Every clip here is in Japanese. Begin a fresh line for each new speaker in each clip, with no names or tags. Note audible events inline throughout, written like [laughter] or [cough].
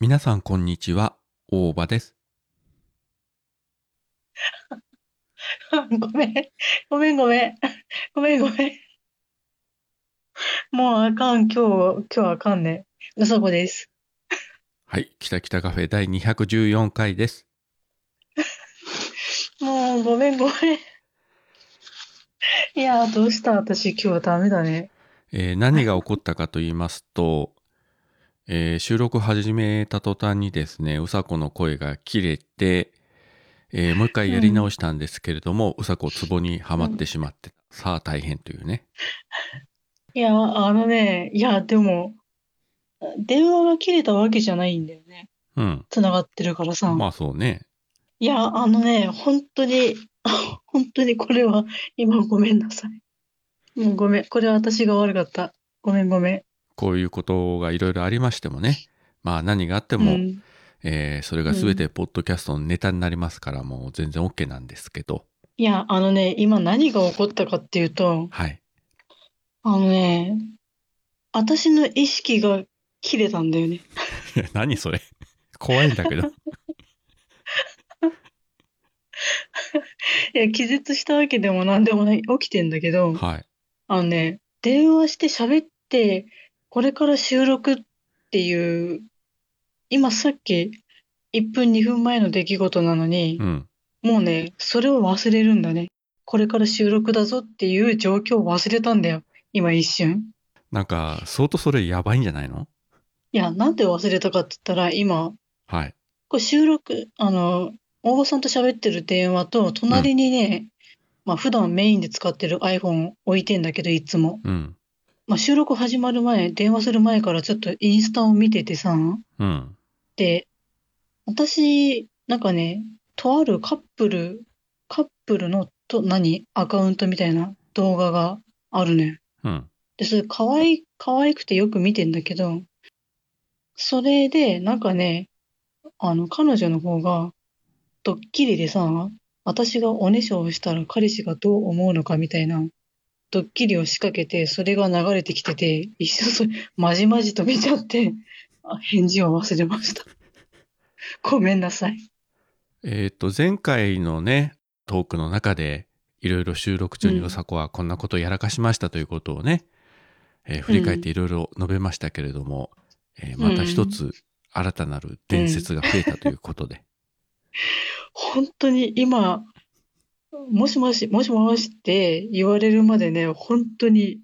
皆さんこんにちは、大場です。
[laughs] ごめん、ごめん、ごめん、 [laughs] ごめん、ごめん。もうあかん、今日、今日あかんね。うさこです。
はい、北北カフェ第214回です。
もう、ごめん、ごめん。いやー、どうした私、今日はダメだね。
えー何が起こったかと言いますと、えー収録始めた途端にですね、うさこの声が切れて、えーもう一回やり直したんですけれども、うさこツボにはまってしまって、さあ大変というね。
いや、あのね、いや、でも、電話が切れたわけじゃないんだよね。
うん。
繋がってるからさ。
まあそうね。
いや、あのね、本当に、 [laughs] 本当にこれは、今ごめんなさい。もうごめん、これは私が悪かった。ごめん、ごめん。
こういうことがいろいろありましてもね。まあ何があっても、
うん
えーそれが全てポッドキャストのネタになりますから、もう全然 OK なんですけど。
いや、あのね、今何が起こったかっていうと、
はい。
あのね、私の意識が切れたんだよね。
いや [laughs] 何それ怖いんだけ
[laughs]
ど。
いや、気絶したわけでも何でもない、起きてんだけど、
はい。
あのね、電話して喋って、これから収録っていう、今さっき1分2分前の出来事なのに
う、ん。
もうね、それを忘れるんだね。これから収録だぞっていう状況を忘れたんだよ。今一瞬。
なんか、相当それやばいんじゃないの
いや、なんで忘れたかって言ったら、今、
はい。
これ収録、あの、大場さんと喋ってる電話と、隣にね、まあ普段メインで使ってる iPhone 置いてんだけど、いつも。
うん。
まあ収録始まる前、電話する前からちょっとインスタを見ててさ、
うん。
で、私、なんかね、とあるカップル、カップルのと、何アカウントみたいな動画があるのよ。
うん。
で、それ可愛い、可愛くてよく見てんだけど、それで、なんかね、あの、彼女の方が、ドッキリでさ、私がおねしょをしたら彼氏がどう思うのかみたいな、ドッキリを仕掛けて、それが流れてきてて、一緒それ、まじまじと見ちゃって、あ返事を忘れました。ごめんなさい。
えっ、と、前回のね、トークの中で、いろいろ収録中に
うん
うさこはこんなことをやらかしましたということをね、えー振り返っていろいろ述べましたけれども、えーまた一つ新たなる伝説が増えたということで。
本当に今、もしもし、もしもしって言われるまでね、本当に、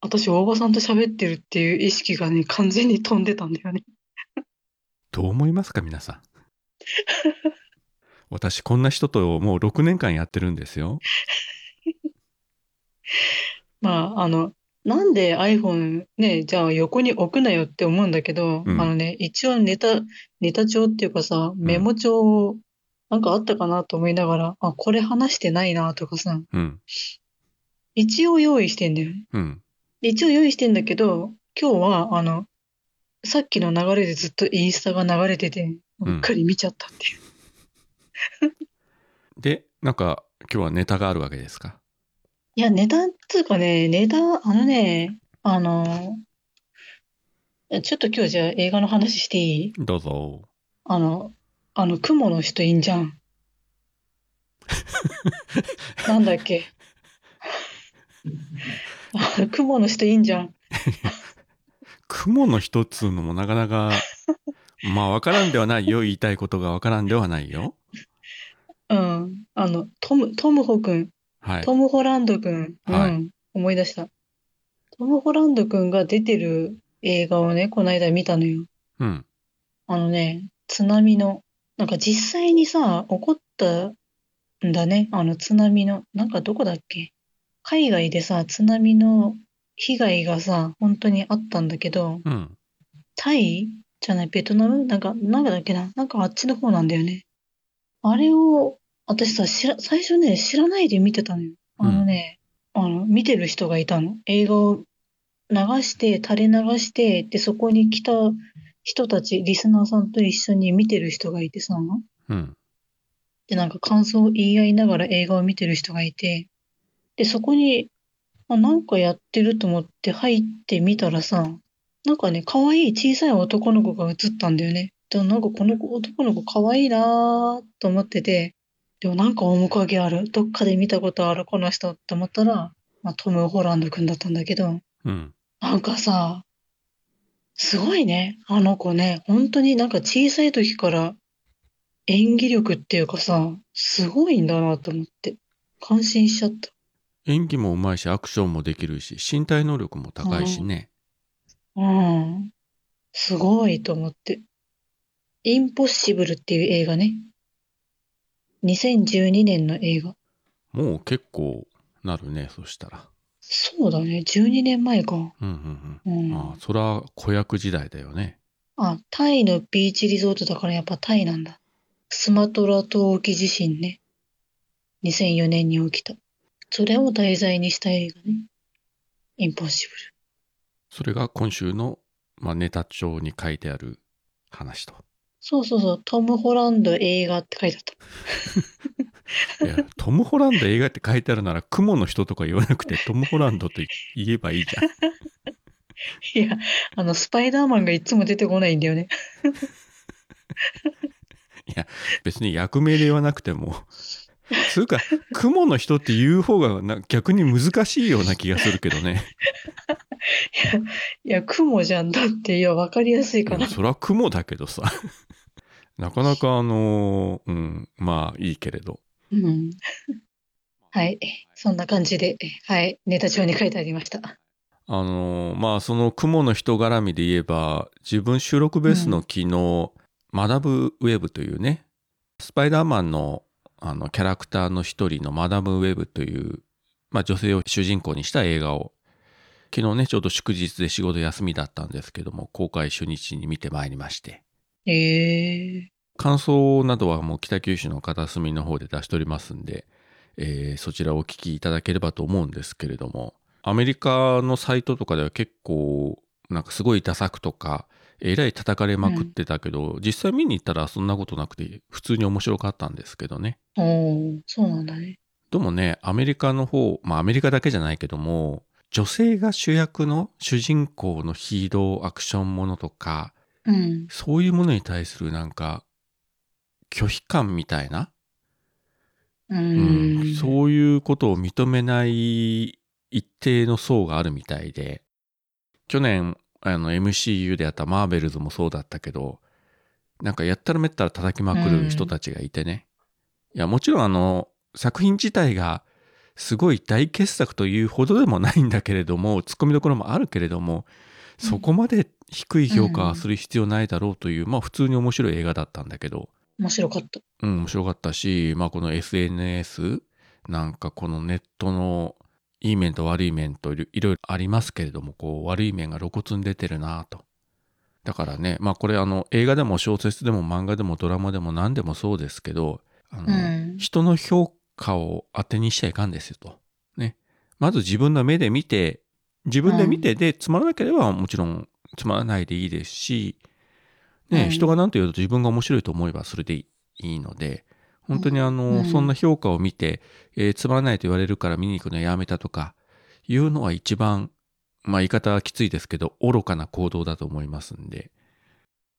私、大場さんと喋ってるっていう意識がね、完全に飛んでたんだよね。
どう思いますか、皆
[laughs]
さん。私、こんな人ともう6年間やってるんですよ。
まあ、あの、なんで iPhone ね、じゃあ横に置くなよって思うんだけど、
うん
あのね、一応ネタ、ネタ帳っていうかさ、メモ帳を、なんかあったかなと思いながら、あ、これ話してないなとかさ、
うん。
一応用意してんだよね。
うん。
で一応用意してんだけど、今日は、あの、さっきの流れでずっとインスタが流れてて、
うん
うっかり見ちゃったっていう。
で、なんか、今日はネタがあるわけですか。
いや、値段っつうかね、値段、あのね、あの、ちょっと今日じゃあ映画の話していい
どうぞ。
あの、あの、雲の人いんじゃん。なんだっけ。あの雲の人いんじゃん。
雲の一つうのもなかなか、 [laughs] まあ、わからんではないよ。言いたいことがわからんではないよ。
うん。あの、トム、トムホくん。
はい。
トム・ホランド君、うん、
は
思い出した。トム・ホランド君が出てる映画をね、この間見たのよ。
うん。
あのね、津波の、なんか実際にさ、起こったんだね、あの津波の、なんかどこだっけ海外でさ、津波の被害がさ、本当にあったんだけど、
うん。
タイじゃない、ベトナムなんか、なんかだっけななんかあっちの方なんだよね。あれを、私さ、知ら、最初ね、知らないで見てたのよ。あのね、あの、見てる人がいたの。映画を流して、垂れ流して、で、そこに来た人たち、リスナーさんと一緒に見てる人がいてさ、
うん。
で、なんか感想を言い合いながら映画を見てる人がいて、で、そこに、あ、なんかやってると思って入ってみたらさ、なんかね、可愛い小さい男の子が映ったんだよね。でもなんかこの子男の子可愛いなーと思ってて、でもなんか面影ある。どっかで見たことあるこの人って思ったら、まあ、トム・ホランド君だったんだけど、
うん。
なんかさ、すごいね。あの子ね、本当になんか小さい時から演技力っていうかさ、すごいんだなと思って、感心しちゃった。
演技もうまいし、アクションもできるし、身体能力も高いしね。
うん。すごいと思って。インポッシブルっていう映画ね。2012年の映画。
もう結構なるね、そしたら。
そうだね、12年前か。
うんうん
う
うんん。ああ、そら、子役時代だよね。
あ、タイのビーチリゾートだからやっぱタイなんだ。スマトラ島沖地震ね。2004年に起きた。それを題材にした映画ね。インポッシブル。
それが今週の、まあ、ネタ帳に書いてある話と。
そうそうそう、トム・ホランド映画って書いてあった。 [laughs]
いや、トム・ホランド映画って書いてあるなら、雲の人とか言わなくて、トム・ホランドって言えばいいじゃん。
いや、あの、スパイダーマンがいつも出てこないんだよね。
別に役名で言わなくても。つうか、雲の人って言う方がな逆に難しいような気がするけどね。
いや、雲じゃんだって、いや、わかりやすいか
い
な
や。そら雲だけどさ。なかなかあのーうん、まあいいけれど。
うん。はい。そんな感じで、はい。ネタ帳に書いてありました。
あのーまあその雲の人絡みで言えば、自分収録ベースの昨日、学ぶウェブというね、スパイダーマンのあのキャラクターの一人のマダムウェブという、まあ女性を主人公にした映画を、昨日ね、ちょうど祝日で仕事休みだったんですけども、公開初日に見てまいりまして。
ええ
感想などはもう北九州の片隅の方で出しておりますんで、えーそちらをお聞きいただければと思うんですけれどもアメリカのサイトとかでは結構なんかすごいダサくとかえらい叩かれまくってたけど、実際見に行ったらそんなことなくて普通に面白かったんですけどね
おお、そうなんだね。
でもねアメリカの方まあアメリカだけじゃないけども女性が主役の主人公のヒーローアクションものとか
うん。
そういうものに対するなんか拒否感みたいな
う
うん
ん。
そういうことを認めない一定の層があるみたいで、去年、あの、MCU であったマーベルズもそうだったけど、なんかやったらめったら叩きまくる人たちがいてね。いや、もちろんあの、作品自体がすごい大傑作というほどでもないんだけれども、ツッコミどころもあるけれども、
うん
そこまで低い評価はする必要ないだろうという、まあ普通に面白い映画だったんだけど、
面白かった。
うん、面白かったし、まあこの SNS、なんかこのネットのいい面と悪い面といろいろいろありますけれども、こう悪い面が露骨に出てるなと。だからね、まあこれあの映画でも小説でも漫画でもドラマでも何でもそうですけど、あ
う
の、
ん。
人の評価を当てにしちゃいかんですよと。ね。まず自分の目で見て、自分で見てで、つまらなければもちろんつまらないでいいですし、ね、
うん
人が何と言うと自分が面白いと思えばそれでいいので、本当にあの、
うん
そんな評価を見て、えーつまらないと言われるから見に行くのやめたとか、いうのは一番、まあ言い方はきついですけど、愚かな行動だと思いますんで、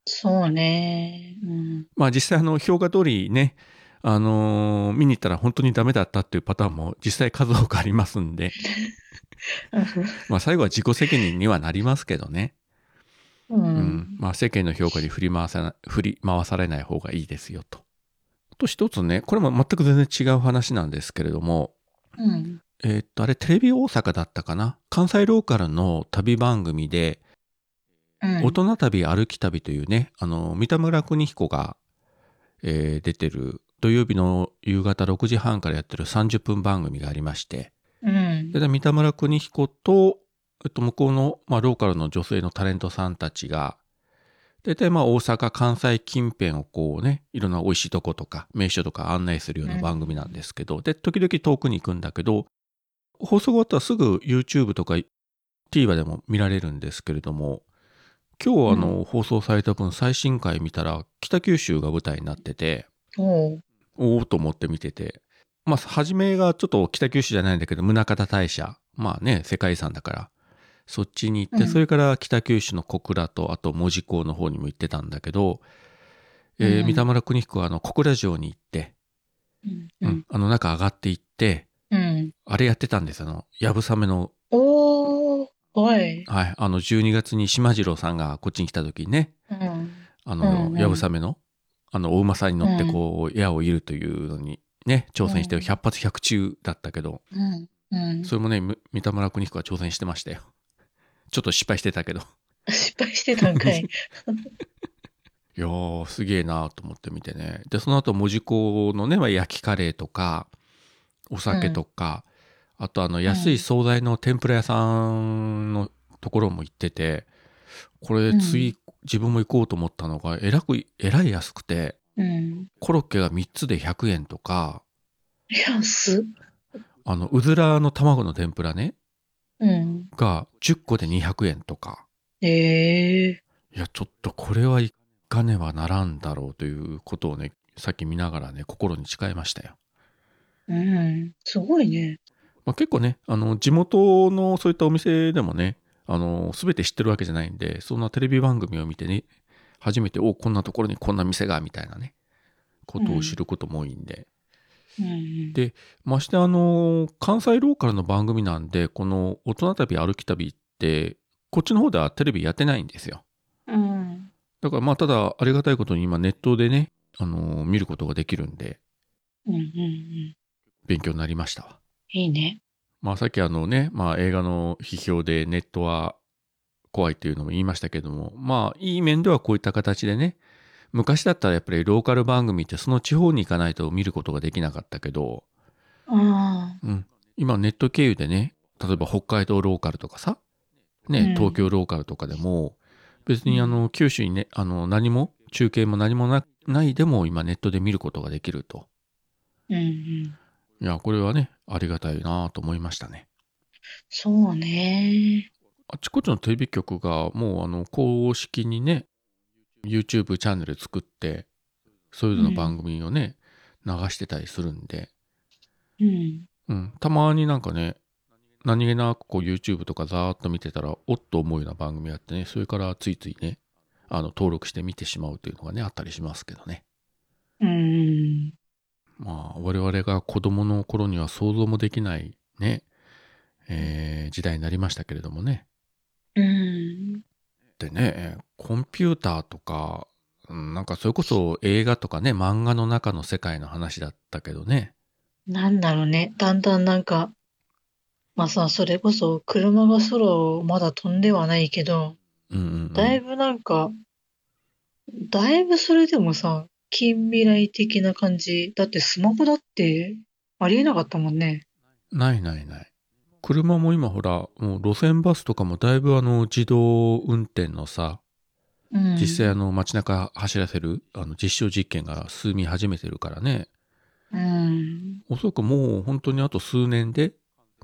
そうね。うん。
まあ実際あの評価通りね、あのー見に行ったら本当にダメだったっていうパターンも実際数多くありますんで、まあ最後は自己責任にはなりますけどね。
う
うん
ん。
まあ世間の評価に振り回さな、振り回されない方がいいですよと。あと一つね、これも全く全然違う話なんですけれども、
うん。
えーっと、あれテレビ大阪だったかな関西ローカルの旅番組で、
うん。
大人旅歩き旅というね、あの、三田村邦彦が、えー出てる、土曜日の夕方6時半からやってる30分番組がありまして、
うん
で、三田村邦彦と、えっと、向こうの、まあ、ローカルの女性のタレントさんたちが、大体まあ、大阪、関西近辺をこうね、いろんな美味しいとことか、名所とか案内するような番組なんですけど、で、時々遠くに行くんだけど、放送終わったらすぐ YouTube とか TVer でも見られるんですけれども、今日あの、放送された分最新回見たら、北九州が舞台になってて、
おう。
おおと思って見てて。まあ、初めがちょっと北九州じゃないんだけど、宗像大社。まあね、世界遺産だから、そっちに行って、
うん
それから北九州の小倉と、あと門司港の方にも行ってたんだけど、えー
うん
三田村邦彦はあの小倉城に行って、
うん。
う
うんん。
あの中上がって行って、
うん。
あれやってたんです、あの、やぶさめの、
おー、はい。
はい、あの、12月に島次郎さんがこっちに来た時にね、
うん。
あの、
うんうん
やぶさめの、あの、お馬さんに乗ってこう、矢を射るというのに、ね、挑戦して
うん
100発100中だったけど、
うん。うん。
それもね、む三田村邦彦は挑戦してましたよ。 [laughs] ちょっと失敗してたけど。 [laughs]
失敗してたんかい。
いやー、すげえなーと思って見てね。で、その後、門司港のね、まあ焼きカレーとか、お酒とか、あとあの、安い惣菜の天ぷら屋さんのところも行ってて、これ、
うん
次、自分も行こうと思ったのが、えらく、えらい安くて、
うん。
コロッケが3つで100円とか、
いや、す。
あの、うずらの卵の天ぷらね、
うん。
が10個で200円とか。
ええ
いや、ちょっとこれはいかねばならんだろうということをね、さっき見ながらね、心に誓いましたよ。
うん。すごいね。
まあ、結構ね、あの、地元のそういったお店でもね、あの、すべて知ってるわけじゃないんで、そんなテレビ番組を見てね、初めて、おこんなところにこんな店が、みたいなね、ことを知ることも多いんで。
うん。
でまして、あの、関西ローカルの番組なんで、この、大人旅歩き旅って、こっちの方ではテレビやってないんですよ。
うん。
だからまあ、ただ、ありがたいことに今ネットでね、あの、見ることができるんで、
うん。うん。うん。
勉強になりましたわ。
いいね。
まあさっきあのね、まあ映画の批評でネットは怖いというのも言いましたけども、まあいい面ではこういった形でね、昔だったらやっぱりローカル番組ってその地方に行かないと見ることができなかったけど、
ああ。
うん、今ネット経由でね、例えば北海道ローカルとかさ、
うん
ね、東京ローカルとかでも、別にあの九州にね、あの何も中継も何もなないでも今ネットで見ることができると。
うん。うん。
いや、これはね、ありがたいなと思いましたね。
そうね。
あちこちのテレビ局がもうあの公式にね YouTube チャンネル作ってそれぞれの番組をね、流してたりするんで、
うん。
うん、たまになんかね何気なくこう YouTube とかざーっと見てたらおっと思うような番組があってねそれからついついねあの登録して見てしまうというのがねあったりしますけどね
うん。
まあ我々が子供の頃には想像もできないね、えー時代になりましたけれどもね
うん。
ってねコンピューターとかうんなんかそれこそ映画とかね漫画の中の世界の話だったけどね
なんだろうね。だんだんなんか、まあさ、それこそ車が空をまだ飛んではないけど、
うんうん、うん、
だいぶなんか、だいぶそれでもさ、近未来的な感じ。だってスマホだってありえなかったもんね。
ないないない車も今ほらもう路線バスとかもだいぶあの自動運転のさ
うん。
実際あの街中走らせるあの実証実験が進み始めてるからね
うん。
おそらくもう本当にあと数年で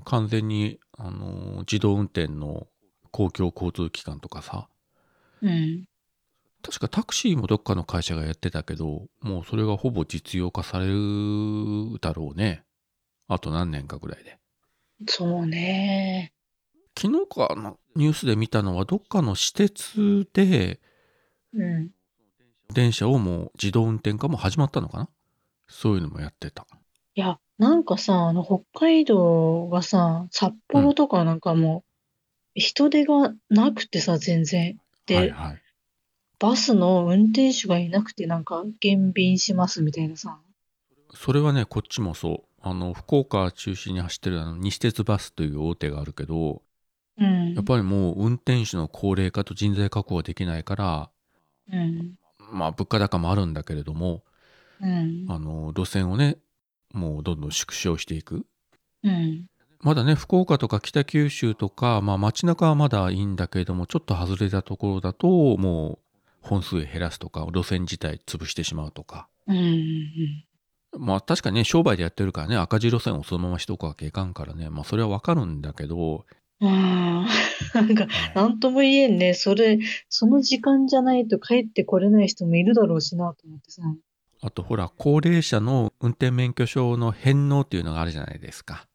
完全にあの自動運転の公共交通機関とかさ
うん。
確かタクシーもどっかの会社がやってたけど、もうそれがほぼ実用化されるだろうね。あと何年かぐらいで。
そうね。
昨日かな、ニュースで見たのはどっかの私鉄で
うん。
電車をもう自動運転化も始まったのかなそういうのもやってた。
いや、なんかさ、あの、北海道がさ、札幌とかなんかもう、人手がなくてさ、全然。で、
はいはい。
バスの運転手がいなくて、なんか、減便しますみたいなさ。
それはね、こっちもそう。あの、福岡中心に走ってるあの西鉄バスという大手があるけど、
うん
やっ。ぱりもう運転手の高齢化と人材確保ができないから、
うん。
まあ物価高もあるんだけれども、
うん。
あの路線をねもうどんどん縮小していく
うん。
まだね福岡とか北九州とか、まあ、街中はまだいいんだけれどもちょっと外れたところだともう本数減らすとか路線自体潰してしまうとか
うん。
まあ確かにね商売でやってるからね赤字路線をそのまましとくわけいかんからねまあそれはわかるんだけど、
ああ、なんか、なんとも言えんね。それ、その時間じゃないと帰ってこれない人もいるだろうしなと思ってさ。
あとほら高齢者の運転免許証の返納っていうのがあるじゃないですか。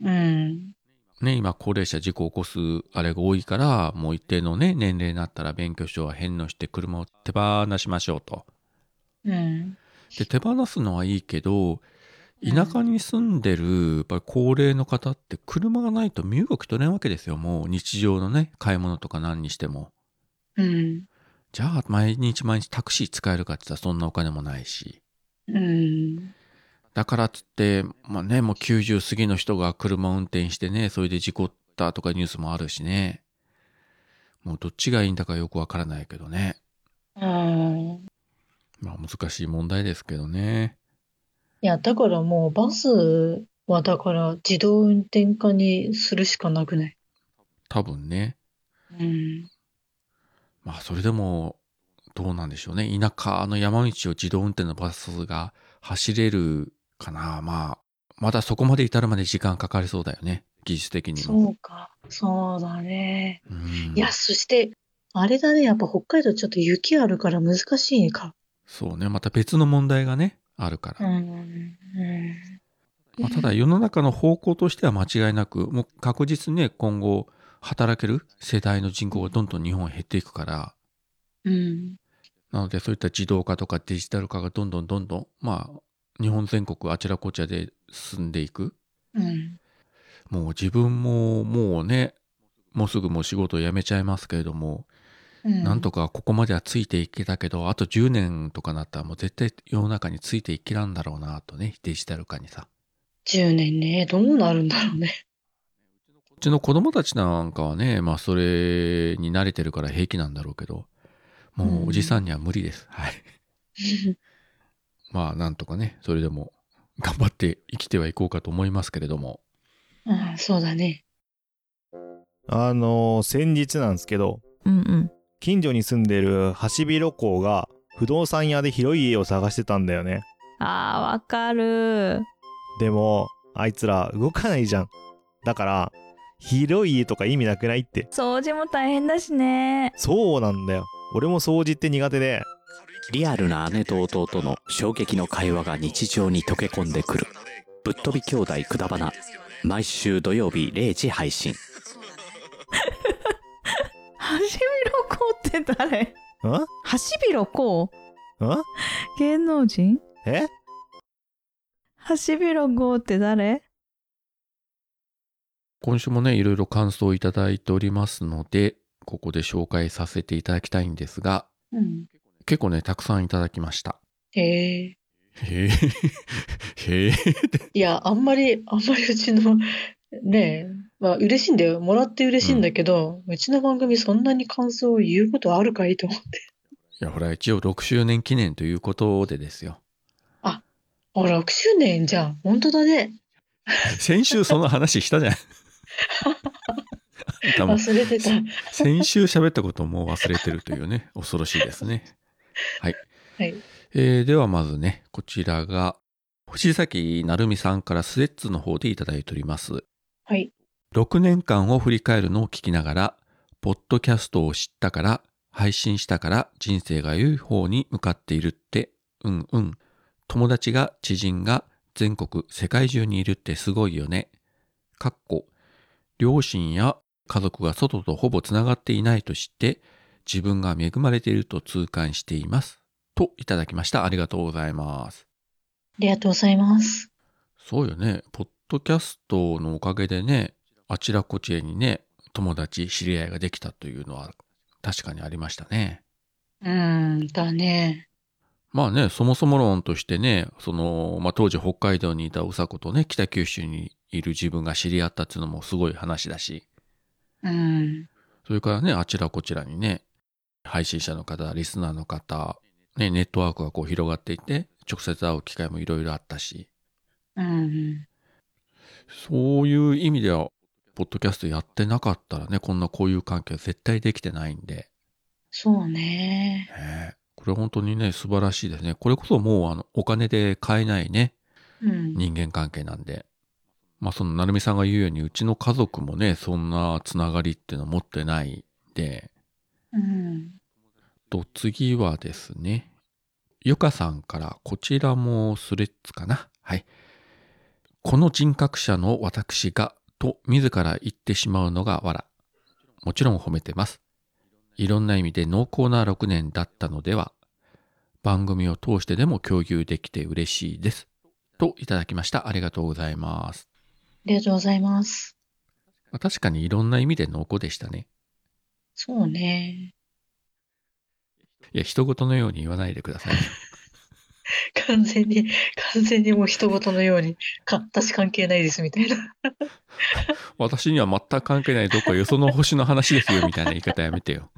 うん。
ね、今高齢者事故を起こすあれが多いから、もう一定のね、年齢になったら免許証は返納して車を手放しましょうと。
うん。
で、手放すのはいいけど、田舎に住んでる、やっぱり高齢の方って車がないと身動き取れんわけですよ。もう日常のね、買い物とか何にしても。
うん。
じゃあ、毎日毎日タクシー使えるかって言ったらそんなお金もないし。
うん。
だからっつって、まあね、もう90過ぎの人が車運転してね、それで事故ったとかニュースもあるしね。もうどっちがいいんだかよくわからないけどね。
うん。
まあ難しい問題ですけどね。
いや、だからもうバスはだから自動運転化にするしかなくない。
多分ね。
うん。
まあそれでも、どうなんでしょうね。田舎の山道を自動運転のバスが走れるかな。まあ、まだそこまで至るまで時間かかりそうだよね。技術的にも。
そうか。そうだね。
うん
いや、そして、あれだね。やっぱ北海道ちょっと雪あるから難しいか。
そうね。また別の問題がね、あるから。
うん。
まあ、ただ世の中の方向としては間違いなくもう確実にね今後働ける世代の人口がどんどん日本は減っていくから
うん。
なのでそういった自動化とかデジタル化がどんどんどんどんまあ日本全国あちらこちらで進んでいく
うん。
もう自分ももうねもうすぐもう仕事を辞めちゃいますけれども、
うん。
なんとかここまではついていけたけどあと10年とかなったらもう絶対世の中についていけらんだろうなとねデジタル化にさ
10年ね。どうなるんだろうね。
うちの子供たちなんかはね、まあそれに慣れてるから平気なんだろうけど、もうおじさんには無理です。はい。まあなんとかね、それでも頑張って生きてはいこうかと思いますけれども。
うん、そうだね。
あのー先日なんですけど
うんうん。
近所に住んでるハシビロコウが不動産屋で広い家を探してたんだよね
あー、わかる。
でもあいつら動かないじゃんだから広い家とか意味なくないって
掃除も大変だしね。
そうなんだよ俺も掃除って苦手で
リアルな姉と弟の衝撃の会話が日常に溶け込んでくる「ぶっ飛び兄弟くだばな」毎週土曜日0時配信
ハシビロコウって誰
んん
ハシビロコウ芸能人
え
ハシビロコウって誰
今週もね、いろいろ感想をいただいておりますので、ここで紹介させていただきたいんですが、
うん。
結構ね、たくさんいただきました。
へえ。
へ [laughs] え、へえ。
いや、あんまり、あんまりうちの、ねえ、まあ嬉しいんだよ。もらって嬉しいんだけど、うちの番組そんなに感想を言うことあるかいと思って。
いや、ほら、一応6周年記念ということでですよ。
あ、6周年じゃん。本当だね。
先週その話したじ [laughs] ゃん。あんたも
忘れてた。 [laughs]
先週喋ったことをもう忘れてるというね、恐ろしいですね。はい。
はい
えーではまずね、こちらが、星崎成美さんからスレッズの方でいただいております。
はい。
6年間を振り返るのを聞きながら、ポッドキャストを知ったから、配信したから人生が良い方に向かっているって、うんうん。友達が知人が全国、世界中にいるってすごいよね。かっこ、両親や家族が外とほぼつながっていないと知って、自分が恵まれていると痛感しています。といただきました。ありがとうございます。
ありがとうございます。
そうよね。ポッドキャストのおかげでね、あちらこちらにね、友達、知り合いができたというのは確かにありましたね。
うーん、だね。
まあね、そもそも論としてね、その、まあ当時北海道にいたうさことね、北九州にいる自分が知り合ったっていうのもすごい話だし、
うん。
それからね、あちらこちらにね、配信者の方、リスナーの方、ね、ネットワークがこう広がっていって、直接会う機会もいろいろあったし、
うん。
そういう意味では、ポッドキャストやってなかったらね、こんなこういう関係は絶対できてないんで、
そうね。
ねこれ本当にね、素晴らしいですね。これこそもうあのお金で買えないね、
うん。
人間関係なんで。まあその、なるみさんが言うように、うちの家族もね、そんなつながりっていうのは持ってないんで、
うん。
と、次はですね、ゆかさんから、こちらもスレッズかな。はい。この人格者の私がと自ら言ってしまうのがわら。もちろん褒めてます。いろんな意味で濃厚な6年だったのでは。番組を通してでも共有できて嬉しいです。といただきました。ありがとうございます。
りがとうございます。
まあ確かにいろんな意味で濃厚でしたね。
そうね。
いや、人事のように言わないでください。
完全に、完全にもう人事のように、か私関係ないですみたいな。 [laughs]
私には全く関係ないどこかよその星の話ですよみたいな言い方やめてよ。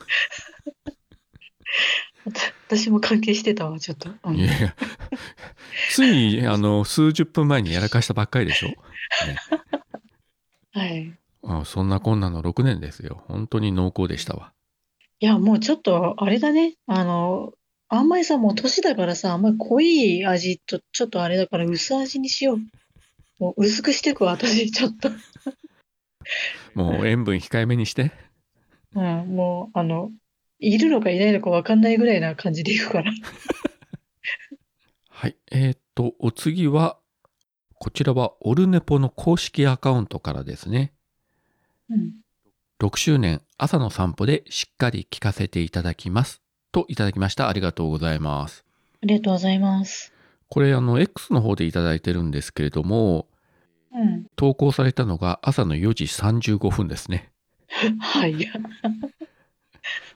私も関係してたわ、ちょっと。うん
いやいや、ついにあの数十分前にやらかしたばっかりでしょ。ね、
はい。い
あそんなこんなの6年ですよ。本当に濃厚でしたわ。
や、もうちょっと、あれだね。あの、あんまりさ、もう年だからさ、あんまり濃い味と、ちょっとあれだから薄味にしよう。もう薄くしてくわ、私、ちょっと。
もう塩分控えめにして。
うん、もう、あの、いるのかいないのかわかんないぐらいな感じでいくから。
はい。えーっと、お次は、こちらはオルネポの公式アカウントからですね。
うん。
6周年朝の散歩でしっかり聞かせていただきます。といただきました。ありがとうございます。
ありがとうございます。
これあの X の方でいただいてるんですけれども
うん。
投稿されたのが朝の4時35分ですね
はい。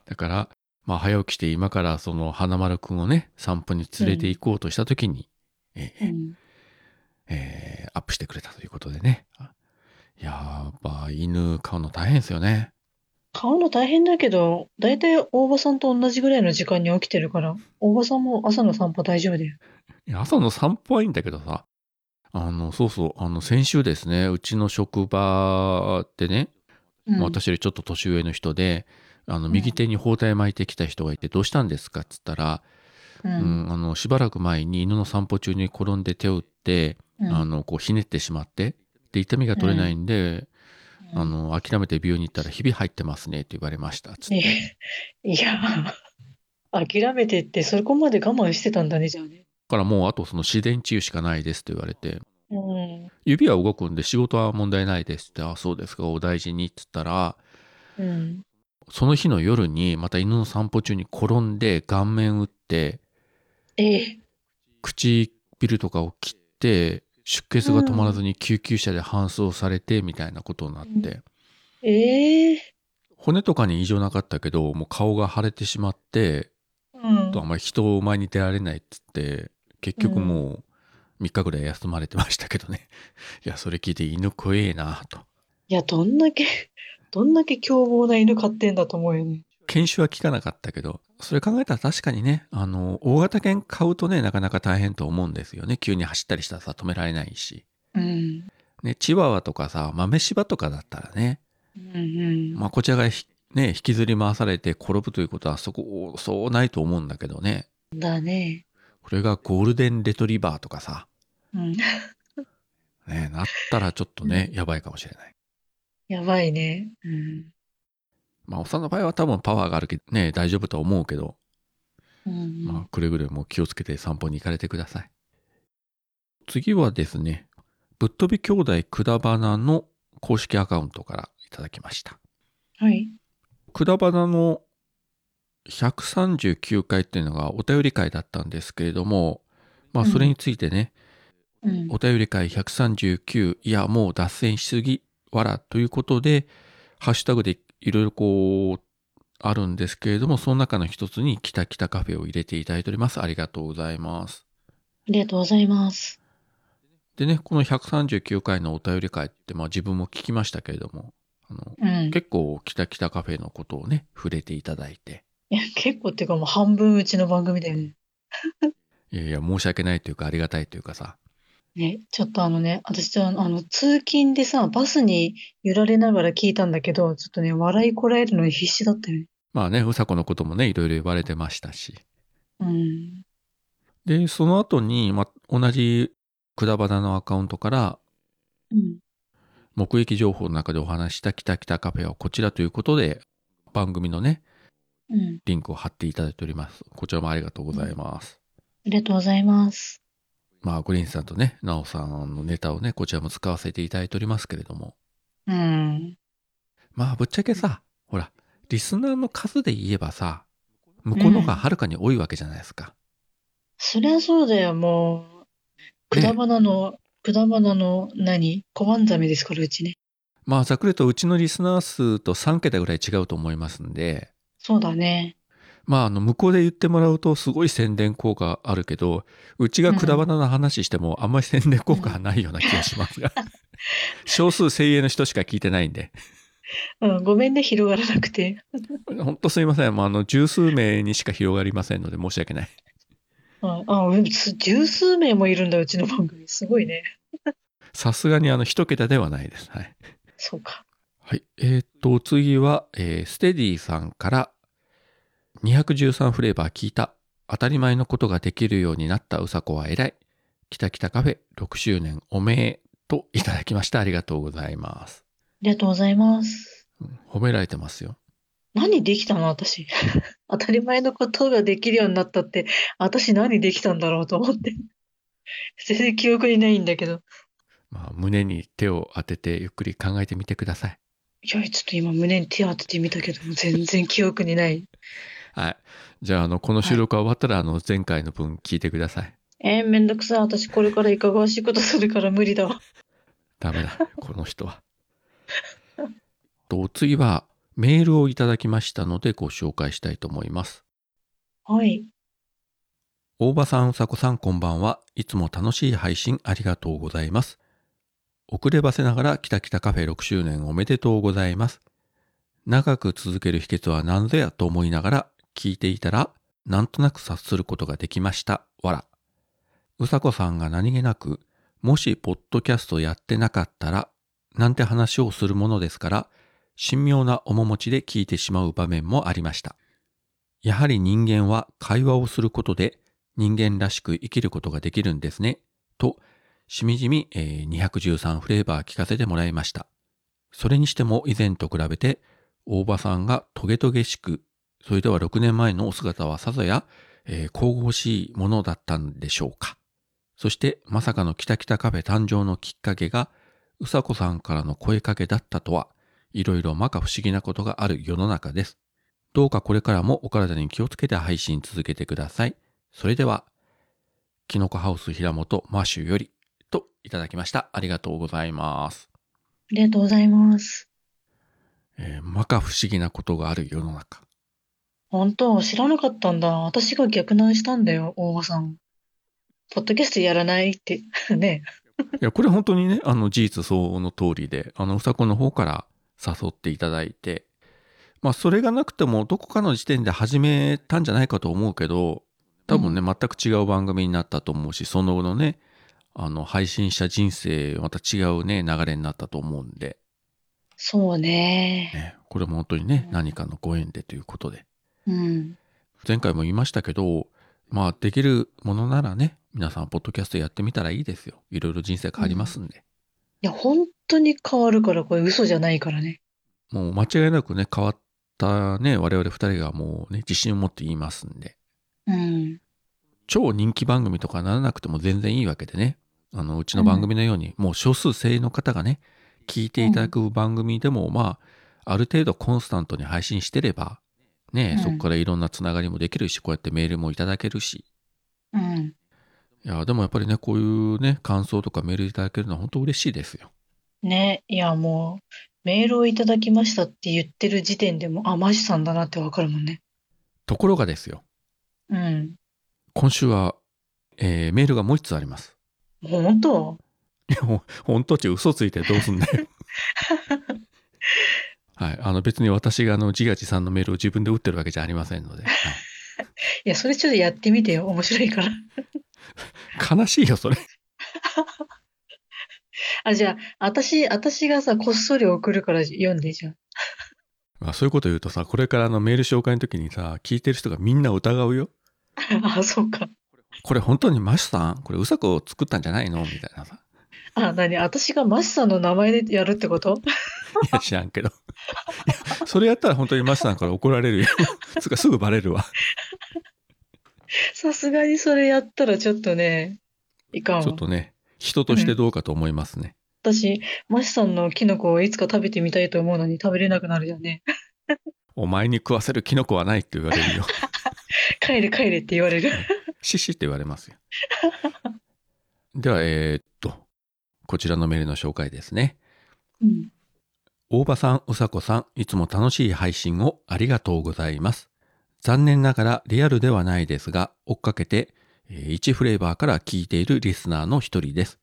だから、まあ、早起きして今からその花丸くんをね散歩に連れて行こうとした時に、え
う
ー
ん。
えーアップしてくれたということでねあいやーやっぱ犬飼うの大変ですよね
買うの大変だけど、だいたい大場さんと同じぐらいの時間に起きてるから、大場さんも朝の散歩大丈夫だよ。
いや朝の散歩はいいんだけどさあのそうそうあの先週ですねうちの職場でね
うん、
まあ私よりちょっと年上の人で、あの右手に包帯巻いてきた人がいて、どうしたんですかっつったら、
う
うん
ん、
あのしばらく前に犬の散歩中に転んで手を打って、
うん
あのこうひねってしまってで痛みが取れないんで、
うん
あ
[laughs]
の諦めて病院に行ったら「ひび入ってますね」って言われましたっつって、
ねいや、諦めてって、そこまで我慢してたんだね、じゃあね。
だからもうあとその自然治癒しかないですって言われて
うん、
指は動くんで仕事は問題ないですって「あそうですかお大事に」っつったら
うん、
その日の夜にまた犬の散歩中に転んで顔面打って
ええ、
唇とかを切って出血が止まらずに救急車で搬送されてみたいなことになって、
ええ、
骨とかに異常なかったけどもう顔が腫れてしまって
うん
あとあんまり人を前に出られないっつって結局もう3日ぐらい休まれてましたけどね [laughs] いやそれ聞いて犬怖えなと
いや、どんだけ、どんだけ凶暴な犬飼ってんだと思うよね。
研修は聞かなかったけどそれ考えたら確かにねあの大型犬買うとねなかなか大変と思うんですよね急に走ったりしたらさ止められないし、
うん、
ね、チワワとかさ豆柴とかだったらね
うん、うん、
まあ、こちらがひね、引きずり回されて転ぶということはそこ、そうないと思うんだけどね。
だね。
これがゴールデンレトリバーとかさ、
うん、
ね、なったらちょっとね、やばいかもしれない。
やばいね。うん、
まあ、おっさんの場合は多分パワーがあるけどね、大丈夫とは思うけど、
うん、
まあ、くれぐれも気をつけて散歩に行かれてください。次はですね、ぶっ飛び兄弟くだばなの公式アカウントからいただきました。
はい、
くだばなの139回っていうのがお便り会だったんですけれども、まあ
うん
それについてね、
うん、
お便り会139、いやもう脱線しすぎ、わらということで、ハッシュタグでいろいろこう、あるんですけれども、その中の一つに、きたきたカフェを入れていただいております。ありがとうございます。
ありがとうございます。
でね、この139回のお便り会って、まあ自分も聞きましたけれども、あの
うん。
結構、きたきたカフェのことをね、触れていただいて、
いや、結構っていうかもう半分うちの番組だよね。
いやいや、申し訳ないというか、ありがたいというかさ。
ね、ちょっとあのね、私とあの、あの通勤でさ、バスに揺られながら聞いたんだけど、ちょっとね、笑いこらえるのに必死だったよね。
まあね、うさこのこともね、いろいろ言われてましたし。
うん。
で、その後に、まあ、同じくだばなのアカウントから、
うん。
目撃情報の中でお話ししたきたきたカフェはこちらということで、番組のね、
うん。
リンクを貼っていただいております。こちらもありがとうございます。
ありがとうございます。
まあ、グリーンさんとね、なおさんのネタをね、こちらも使わせていただいておりますけれども、
うん。
まあぶっちゃけさほらリスナーの数で言えばさ向こうの方がはるかに多いわけじゃないですか、
そりゃそうだよ、もう。く
ね
だばなの、くだばなの何小判ザメですから、うちね。
まあざっくりとうちのリスナー数と3桁ぐらい違うと思いますんで
そうだね。
まああの向こうで言ってもらうとすごい宣伝効果あるけどうちがくだばなの話してもあんまり宣伝効果はないような気がしますが少数精鋭の人しか聞いてないんで
うん、ごめんね、広がらなくて。
本当すいませんもうあの十数名にしか広がりませんので申し訳ない
ああ、うんす十数名もいるんだ、うちの番組。すごいね。
さすがにあの一桁ではないですはい
そうか。
はい。えーっと、次は、えーステディさんから、213フレーバー聞いた。当たり前のことができるようになったうさこは偉い。きたきたカフェ6周年おめえといただきました。ありがとうございます。
ありがとうございます。
うん褒められてますよ。
何できたの私。 [laughs] 当たり前のことができるようになったって、私何できたんだろうと思って。全然記憶にないんだけど。
まあ、胸に手を当ててゆっくり考えてみてください。
いや、ちょっと今胸に手当ててみたけど、全然記憶にない。
はい。じゃあ、あの、この収録が終わったら、あの、前回の分聞いてください。
えー、めんどくさい。私これからいかがわしいことするから無理だわ。
ダメだ、この人は。 [laughs] とお次はメールをいただきましたのでご紹介したいと思います。
はい。
大場さん、うさこさん、こんばんは。いつも楽しい配信ありがとうございます。遅ればせながら、きたきたカフェ6周年おめでとうございます。長く続ける秘訣は何ぞやと思いながら、聞いていたら、なんとなく察することができました。わら。うさこさんが何気なく、もしポッドキャストやってなかったら、なんて話をするものですから、神妙な面持ちで聞いてしまう場面もありました。やはり人間は会話をすることで、人間らしく生きることができるんですね。と、しみじみ、えー213フレーバー聞かせてもらいました。それにしても以前と比べて、大場さんがトゲトゲしく、それでは6年前のお姿はさぞや、えー神々しいものだったんでしょうか。そして、まさかのキタキタカフェ誕生のきっかけが、うさこさんからの声かけだったとは、いろいろまか不思議なことがある世の中です。どうかこれからもお体に気をつけて配信続けてください。それでは、キノコハウス平本マーシュよりといただきました。ありがとうございます。
ありがとうございます。
えー、まか不思議なことがある世の中。
本当、知らなかったんだ。私が逆難したんだよ、大場さん。ポッドキャストやらないって。 [laughs] ね。
いや、これ本当にね、あの事実相応の通りで、あの、うさこの方から誘っていただいて、まあ、それがなくても、どこかの時点で始めたんじゃないかと思うけど、多分ね、全く違う番組になったと思うし、その後のね、あの、配信者人生、また違うね、流れになったと思うんで、
そうね。
ね、これも本当にね
う、ん
何かのご縁でということで。
うん。
前回も言いましたけど、まあ、できるものならね、皆さん、ポッドキャストやってみたらいいですよ。いろいろ人生変わりますんで。
いや、本当に変わるから、これ嘘じゃないからね。
もう間違いなくね、変わったね、我々二人がもうね、自信を持って言いますんで。
うん。
超人気番組とかならなくても全然いいわけでね。あの、うちの番組のように、もう少数精鋭の方がね、聞いていただく番組でも、まあ、ある程度コンスタントに配信してれば、ね、
うん
そこからいろんなつながりもできるし、こうやってメールもいただけるし、
うん。
いや、でもやっぱりね、こういうね、感想とかメールいただけるのは本当嬉しいですよ。
ね。いや、もう、メールをいただきましたって言ってる時点でも、あ、マジさんだなってわかるもんね。
ところがですよ、
うん。
今週は、えーメールがもう一つあります。
もう本当
いや、ほんほんとち嘘ついてどうすんだよ。はい。あの、別に私があの、自画自賛のメールを自分で打ってるわけじゃありませんので。はい
いや、それちょっとやってみてよ。面白いから。
悲しいよ、それ。
あ、じゃあ、私、私がさ、こっそり送るから読んでじゃん。
まあ、そういうこと言うとさ、これからあの、メール紹介の時にさ、聞いてる人がみんな疑うよ。
あ、 [laughs] そうか。
これ本当にマシュさんこれうさこを作ったんじゃないのみたいなさ。
あ、なに私がマシさんの名前でやるってこと [laughs]
いや、知らんけど。いや、それやったら本当にマシュさんから怒られるよ。 [laughs] つうか、すぐバレるわ。
さすがにそれやったらちょっとね、いかんわ。
ちょっとね、人としてどうかと思いますね。
私、マシさんのキノコをいつか食べてみたいと思うのに食べれなくなるよね。 [laughs]
お前に食わせるキノコはないって言われるよ。
帰れ帰れって言われる。
シシって言われますよ。では、えーっと、こちらのメールの紹介ですね。
うん。
大場さん、うさこさん、いつも楽しい配信をありがとうございます。残念ながらリアルではないですが、追っかけて、1フレーバーから聞いているリスナーの一人です。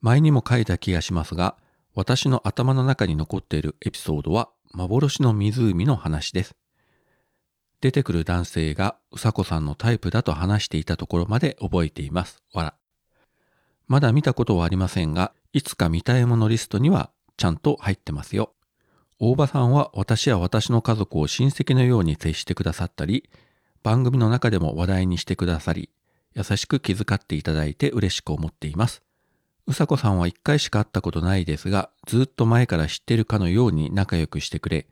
前にも書いた気がしますが、私の頭の中に残っているエピソードは、幻の湖の話です。出てくる男性がうさこさんのタイプだと話していたところまで覚えています。わら。まだ見たことはありませんが、いつか見たいものリストにはちゃんと入ってますよ。大場さんは私や私の家族を親戚のように接してくださったり、番組の中でも話題にしてくださり、優しく気遣っていただいて嬉しく思っています。うさこさんは一回しか会ったことないですが、ずっと前から知ってるかのように仲良くしてくれ、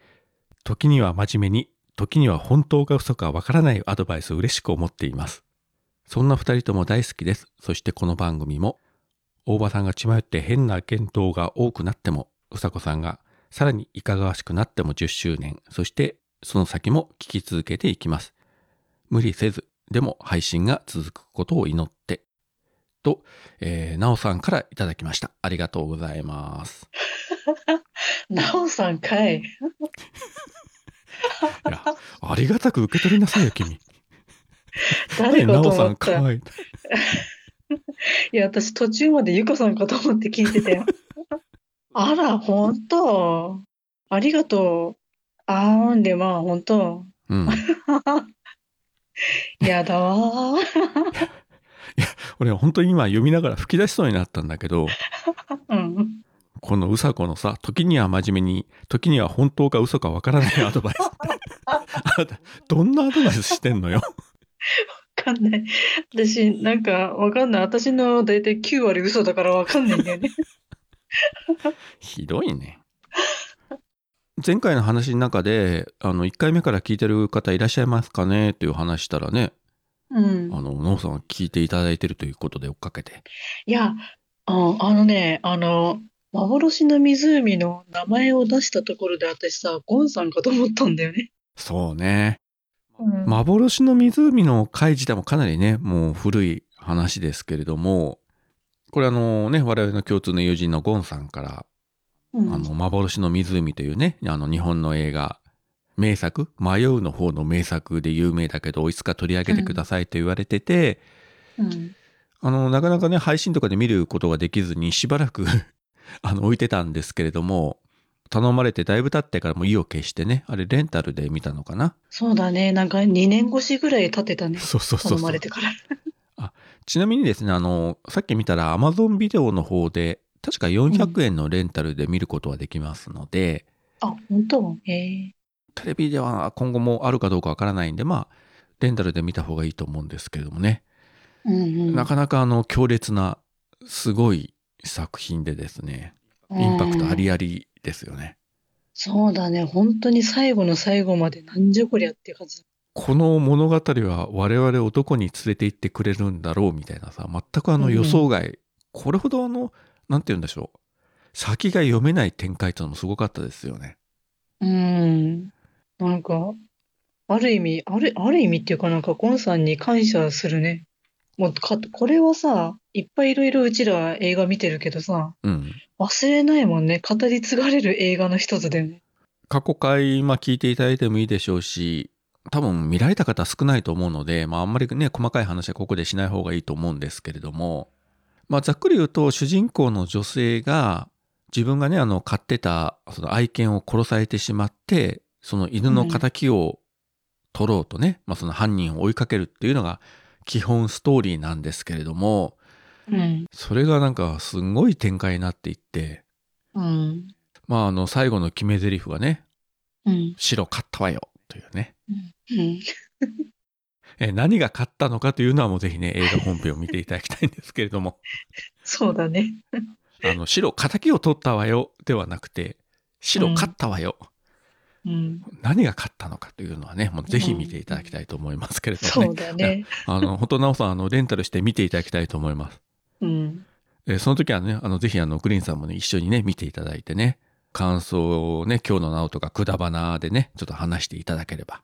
時には真面目に、時には本当か嘘かわからないアドバイスを嬉しく思っています。そんな二人とも大好きです。そしてこの番組も、大場さんが血迷って変な言動が多くなっても、うさこさんがさらにいかがわしくなっても10周年、そしてその先も聞き続けていきます。無理せず、でも配信が続くことを祈って、と、えー、なおさんからいただきました。ありがとうございます。
なおさんか [laughs] い。
いや、ありがたく受け取りなさいよ、君。
誰か
な
と
おさ
思
ん
っ
か
た。い
わいい。
や、私途中までゆかさんかと思って聞いてた [laughs] よ。あら、ほんと。ありがとう。あーんで、まあ、ほんと。
うん。
やだわー。 [laughs]
俺本当に今読みながら吹き出しそうになったんだけど、
うん。
このうさこのさ、時には真面目に、時には本当か嘘かわから
[laughs]
ないアドバイス。あなた、どんなアドバイスしてんのよ。
わかんない。私、なんか、わかんない。私の大体9割嘘だからわかんないんだよね。
ひどいね。前回の話の中で、あの、1回目から聞いてる方いらっしゃいますかねっていう話したらね、
うん。
あの、ノーさん聞いていただいてるということで追っかけて。
いや、ああのね、あの、幻の湖の名前を出したところで私さ、ゴンさんかと思ったんだよね。
そうね。
うん
幻の湖の回自体もかなりね、もう古い話ですけれども、これあのね、我々の共通の友人のゴンさんから
うん
あの、幻の湖というね、あの、日本の映画、名作、迷うの方の名作で有名だけど、いつか取り上げてくださいと言われてて、
うん
あの、なかなかね、配信とかで見ることができずに、しばらく、 [laughs] あの、置いてたんですけれども、頼まれてだいぶ経ってからもう意を決してね、あれ、レンタルで見たのかな
そうだね、なんか2年越しぐらい経ってたね、
そうそうそう
頼
そ
ま
う
れ。てから。
ちなみにですね、あの、さっき見たら Amazon ビデオの方で、確か400円のレンタルで見ることはできますので、
あ、本当へえ。
テレビでは今後もあるかどうかわからないんで、まあ、レンタルで見た方がいいと思うんですけれどもね。
うんうん。
なかなかあの、強烈な、すごい作品でですね、インパクトあ
うん
りありですよね。
そうだね、本当に最後の最後までなんじゃこりゃって感じ。
この物語は我々をどこに連れて行ってくれるんだろうみたいなさ、全くあの予想外、これほどあの、なんて言うんでしょう。先が読めない展開というのもすごかったですよね。
うん。なんか、ある意味、ある、ある意味っていうかなんか、ゴンさんに感謝するね。もうか、これはさ、いっぱいいろいろうちら映画見てるけどさ、
うん。
忘れないもんね。語り継がれる映画の一つだよね。
過去回、まあ、聞いていただいてもいいでしょうし、多分見られた方少ないと思うので、まあ、あんまりね、細かい話はここでしない方がいいと思うんですけれども、まあ、ざっくり言うと、主人公の女性が、自分がね、あの、飼ってた、その愛犬を殺されてしまって、その犬の仇を取ろうとね、まあ、その犯人を追いかけるっていうのが、基本ストーリーなんですけれども、
うん。
それがなんか、すごい展開になっていって、
うん。
まあ、あの、最後の決め台詞がね、
うん。
白勝ったわよ、というね。
うん。
えー何が勝ったのかというのはもうぜひ
[laughs]
ね、映画本編を見ていただきたいんですけれども、
そうだね。
あの、白、仇を取ったわよではなくて、白
うん
勝ったわよ、
うん。
何が勝ったのかというのはね、もうぜひ見ていただきたいと思いますけれどもね。
そうだね。
あの、本当なおさん、あの、レンタルして見ていただきたいと思います。
うん。
えーその時はね、あの、ぜひあの、グリーンさんもね、一緒にね、見ていただいてね、感想をね、今日のなおとか、くだばなでね、ちょっと話していただければ。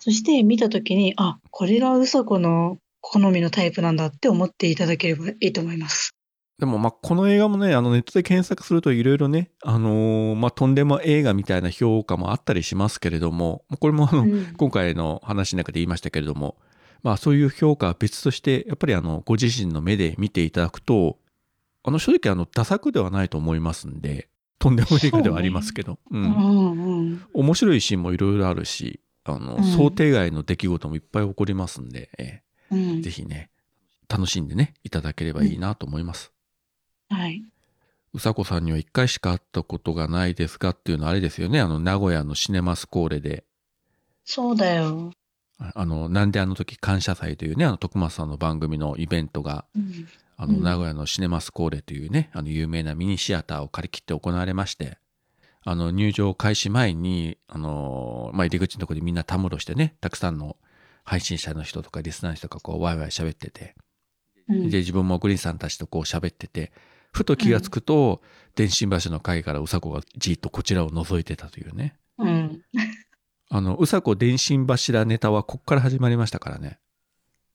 そして見たときに、あ、これがうさこの好みのタイプなんだって思っていただければいいと思います。
でも、まあ、この映画もね、あの、ネットで検索するといろいろね、あのーまあ、とんでも映画みたいな評価もあったりしますけれども、これもあの、
うん
今回の話の中で言いましたけれども、まあそういう評価は別として、やっぱりあの、ご自身の目で見ていただくと、あの、正直あの、ダサくではないと思いますんで、とんでも映画ではありますけど、う。
うんんうん。
面白いシーンもいろいろあるし、あの、
うん
想定外の出来事もいっぱい起こりますんで、え
うん
えぜひね、楽しんでね、いただければいいなと思います。
はい。
うさこさんには一回しか会ったことがないですがっていうのはあれですよね、あの、名古屋のシネマスコーレで、
そうだよ。
ああの、なんであの時感謝祭というね、あの、徳松さんの番組のイベントが、
うん
あの、
うん
名古屋のシネマスコーレというね、あの、有名なミニシアターを借り切って行われまして、あの、入場開始前に、あの、まあ、入り口のところでみんなたむろしてね、たくさんの配信者の人とかリスナーの人がこう、ワイワイ喋ってて、
うん
で、自分もグリーンさんたちとこう喋ってて、ふと気がつくと、電信柱の会からうさこがじーっとこちらを覗いてたというね。
うん。
あの、うさこ電信柱ネタはこっから始まりましたからね。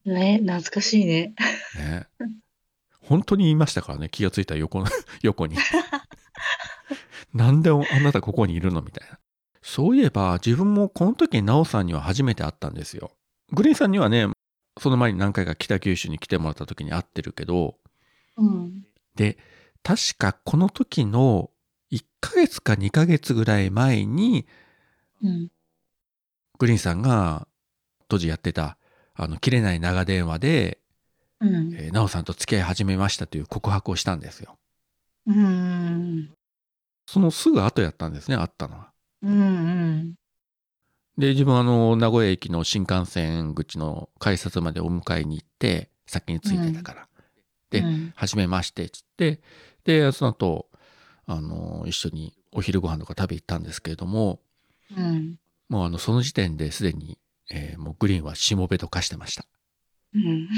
ね、懐かしいね。
ね。本当に言いましたからね、気がついた横の、 [laughs] 横
[laughs]
に。なんであなたここにいるのみたいな。そういえば、自分もこの時に奈緒さんには初めて会ったんですよ。グリーンさんにはね、その前に何回か北九州に来てもらった時に会ってるけど、
うん。
で、確かこの時の1ヶ月か2ヶ月ぐらい前に、
うん。
グリーンさんが当時やってた、あの、切れない長電話で、
うん。
えー、奈緒さんと付き合い始めましたという告白をしたんですよ。
うん。
そのすぐ後やったんですね、あったのは。
うん。うん。
で、自分はあの、名古屋駅の新幹線口の改札までお迎えに行って、先に着いてたから、で
うん
はじめまして、つって、で、その後、あの、一緒にお昼ご飯とか食べ行ったんですけれども、
うん。
もうあの、その時点ですでに、えーもうグリーンはしもべと化してました。
うん。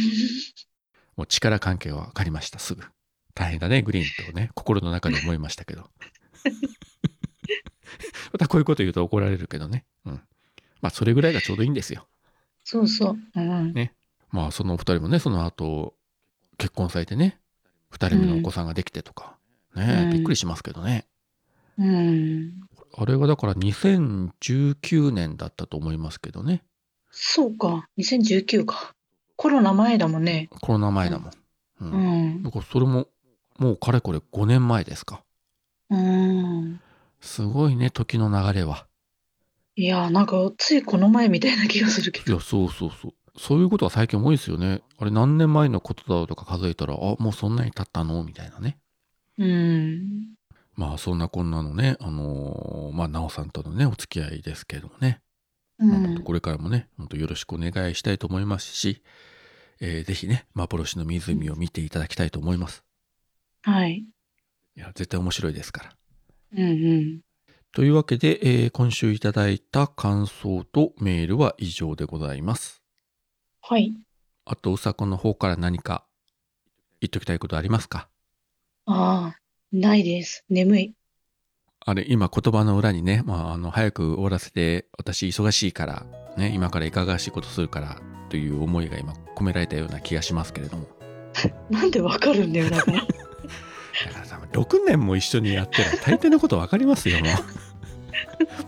もう力関係が分かりました、すぐ。大変だね、グリーンとね、心の中で思いましたけど。 [laughs] またこういうこと言うと怒られるけどね。うん。まあ、それぐらいがちょうどいいんですよ。
そうそう。うん。
まあ、そのお二人もね、その後、結婚されてね、二人目のお子さんができてとか、ね
うん
びっくりしますけどね。
うん。
あれはだから2019年だったと思いますけどね。
そうか。2019か。コロナ前だもんね。
コロナ前だもん。うん。
うん。
だからそれも、もうかれこれ5年前ですか。
うん。
すごいね、時の流れは。
いやー、なんか、ついこの前みたいな気がするけ
い
ど。
や、そうそうそう。そういうことは最近多いですよね。あれ何年前のことだろうとか数えたら、あ、もうそんなに経ったのみたいなね。
うん。
まあそんなこんなのね、あのーまあ奈緒さんとのね、お付き合いですけどもね。
う
まあ本当
ん。
これからもね、本当よろしくお願いしたいと思いますし、えーぜひね、幻の湖を見ていただきたいと思います。
はい。
いや、絶対面白いですから。
うんうん。
というわけで、えー今週いただいた感想とメールは以上でございます。
はい。
あと、うさこの方から何か言っときたいことありますか
ああ、ないです。眠い。
あれ、今言葉の裏にね、まあ、あの、早く終わらせて、私忙しいから、ね、今からいかがわしいことするから、という思いが今込められたような気がしますけれども。
なんでわかるんだよ、だ [laughs] から。
だからさ、6年も一緒にやってる大抵のことわかります [laughs] よ、もう。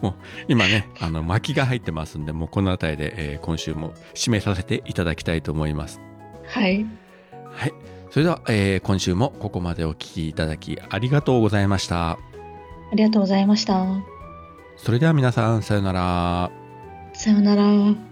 もう、今ね、あの、巻きが入ってますんで、もうこの辺りで、えー今週も締めさせていただきたいと思います。
はい。
はい。それでは、えー今週もここまでお聞きいただきありがとうございました。
ありがとうございました。
それでは皆さん、さようなら。
さようなら。